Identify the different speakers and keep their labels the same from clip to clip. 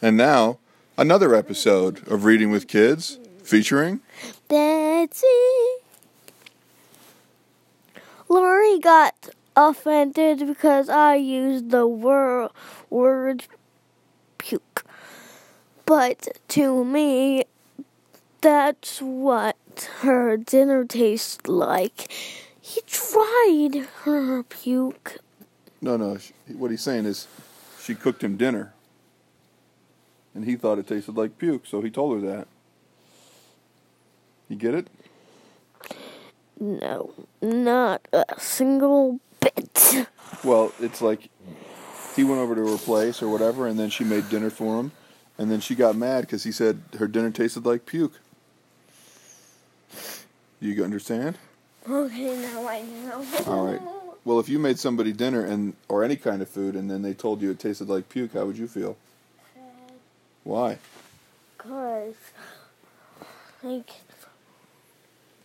Speaker 1: And now, another episode of Reading with Kids featuring
Speaker 2: Betsy. Lori got offended because I used the wor- word puke. But to me, that's what her dinner tastes like. He tried her puke.
Speaker 1: No, no, sh- what he's saying is she cooked him dinner. And he thought it tasted like puke, so he told her that. You get it?
Speaker 2: No, not a single bit.
Speaker 1: Well, it's like he went over to her place or whatever, and then she made dinner for him, and then she got mad because he said her dinner tasted like puke. You understand?
Speaker 2: Okay, now I know.
Speaker 1: All right. Well, if you made somebody dinner and or any kind of food, and then they told you it tasted like puke, how would you feel? Why?
Speaker 2: Cause, like,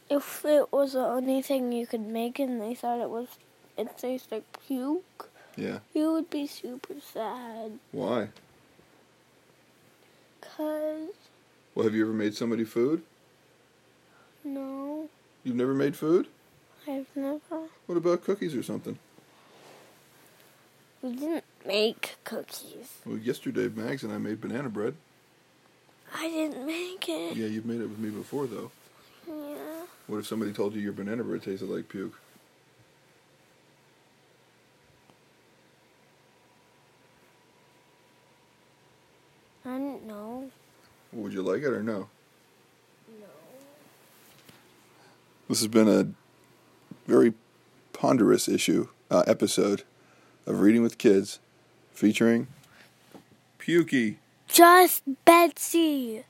Speaker 2: if it was the only thing you could make and they thought it was, it tastes like puke,
Speaker 1: Yeah.
Speaker 2: you would be super sad.
Speaker 1: Why?
Speaker 2: Cause,
Speaker 1: Well, have you ever made somebody food?
Speaker 2: no,
Speaker 1: You've never made food?
Speaker 2: I've never.
Speaker 1: What about cookies or something?
Speaker 2: We didn't make cookies.
Speaker 1: Well, yesterday Mags and I made banana bread.
Speaker 2: I didn't make it.
Speaker 1: Yeah, you've made it with me before though.
Speaker 2: Yeah.
Speaker 1: What if somebody told you your banana bread tasted like puke?
Speaker 2: I don't know.
Speaker 1: Would you like it or no?
Speaker 2: No.
Speaker 1: This has been a very ponderous issue uh, episode of Reading with Kids, featuring Pukey.
Speaker 2: Just Betsy.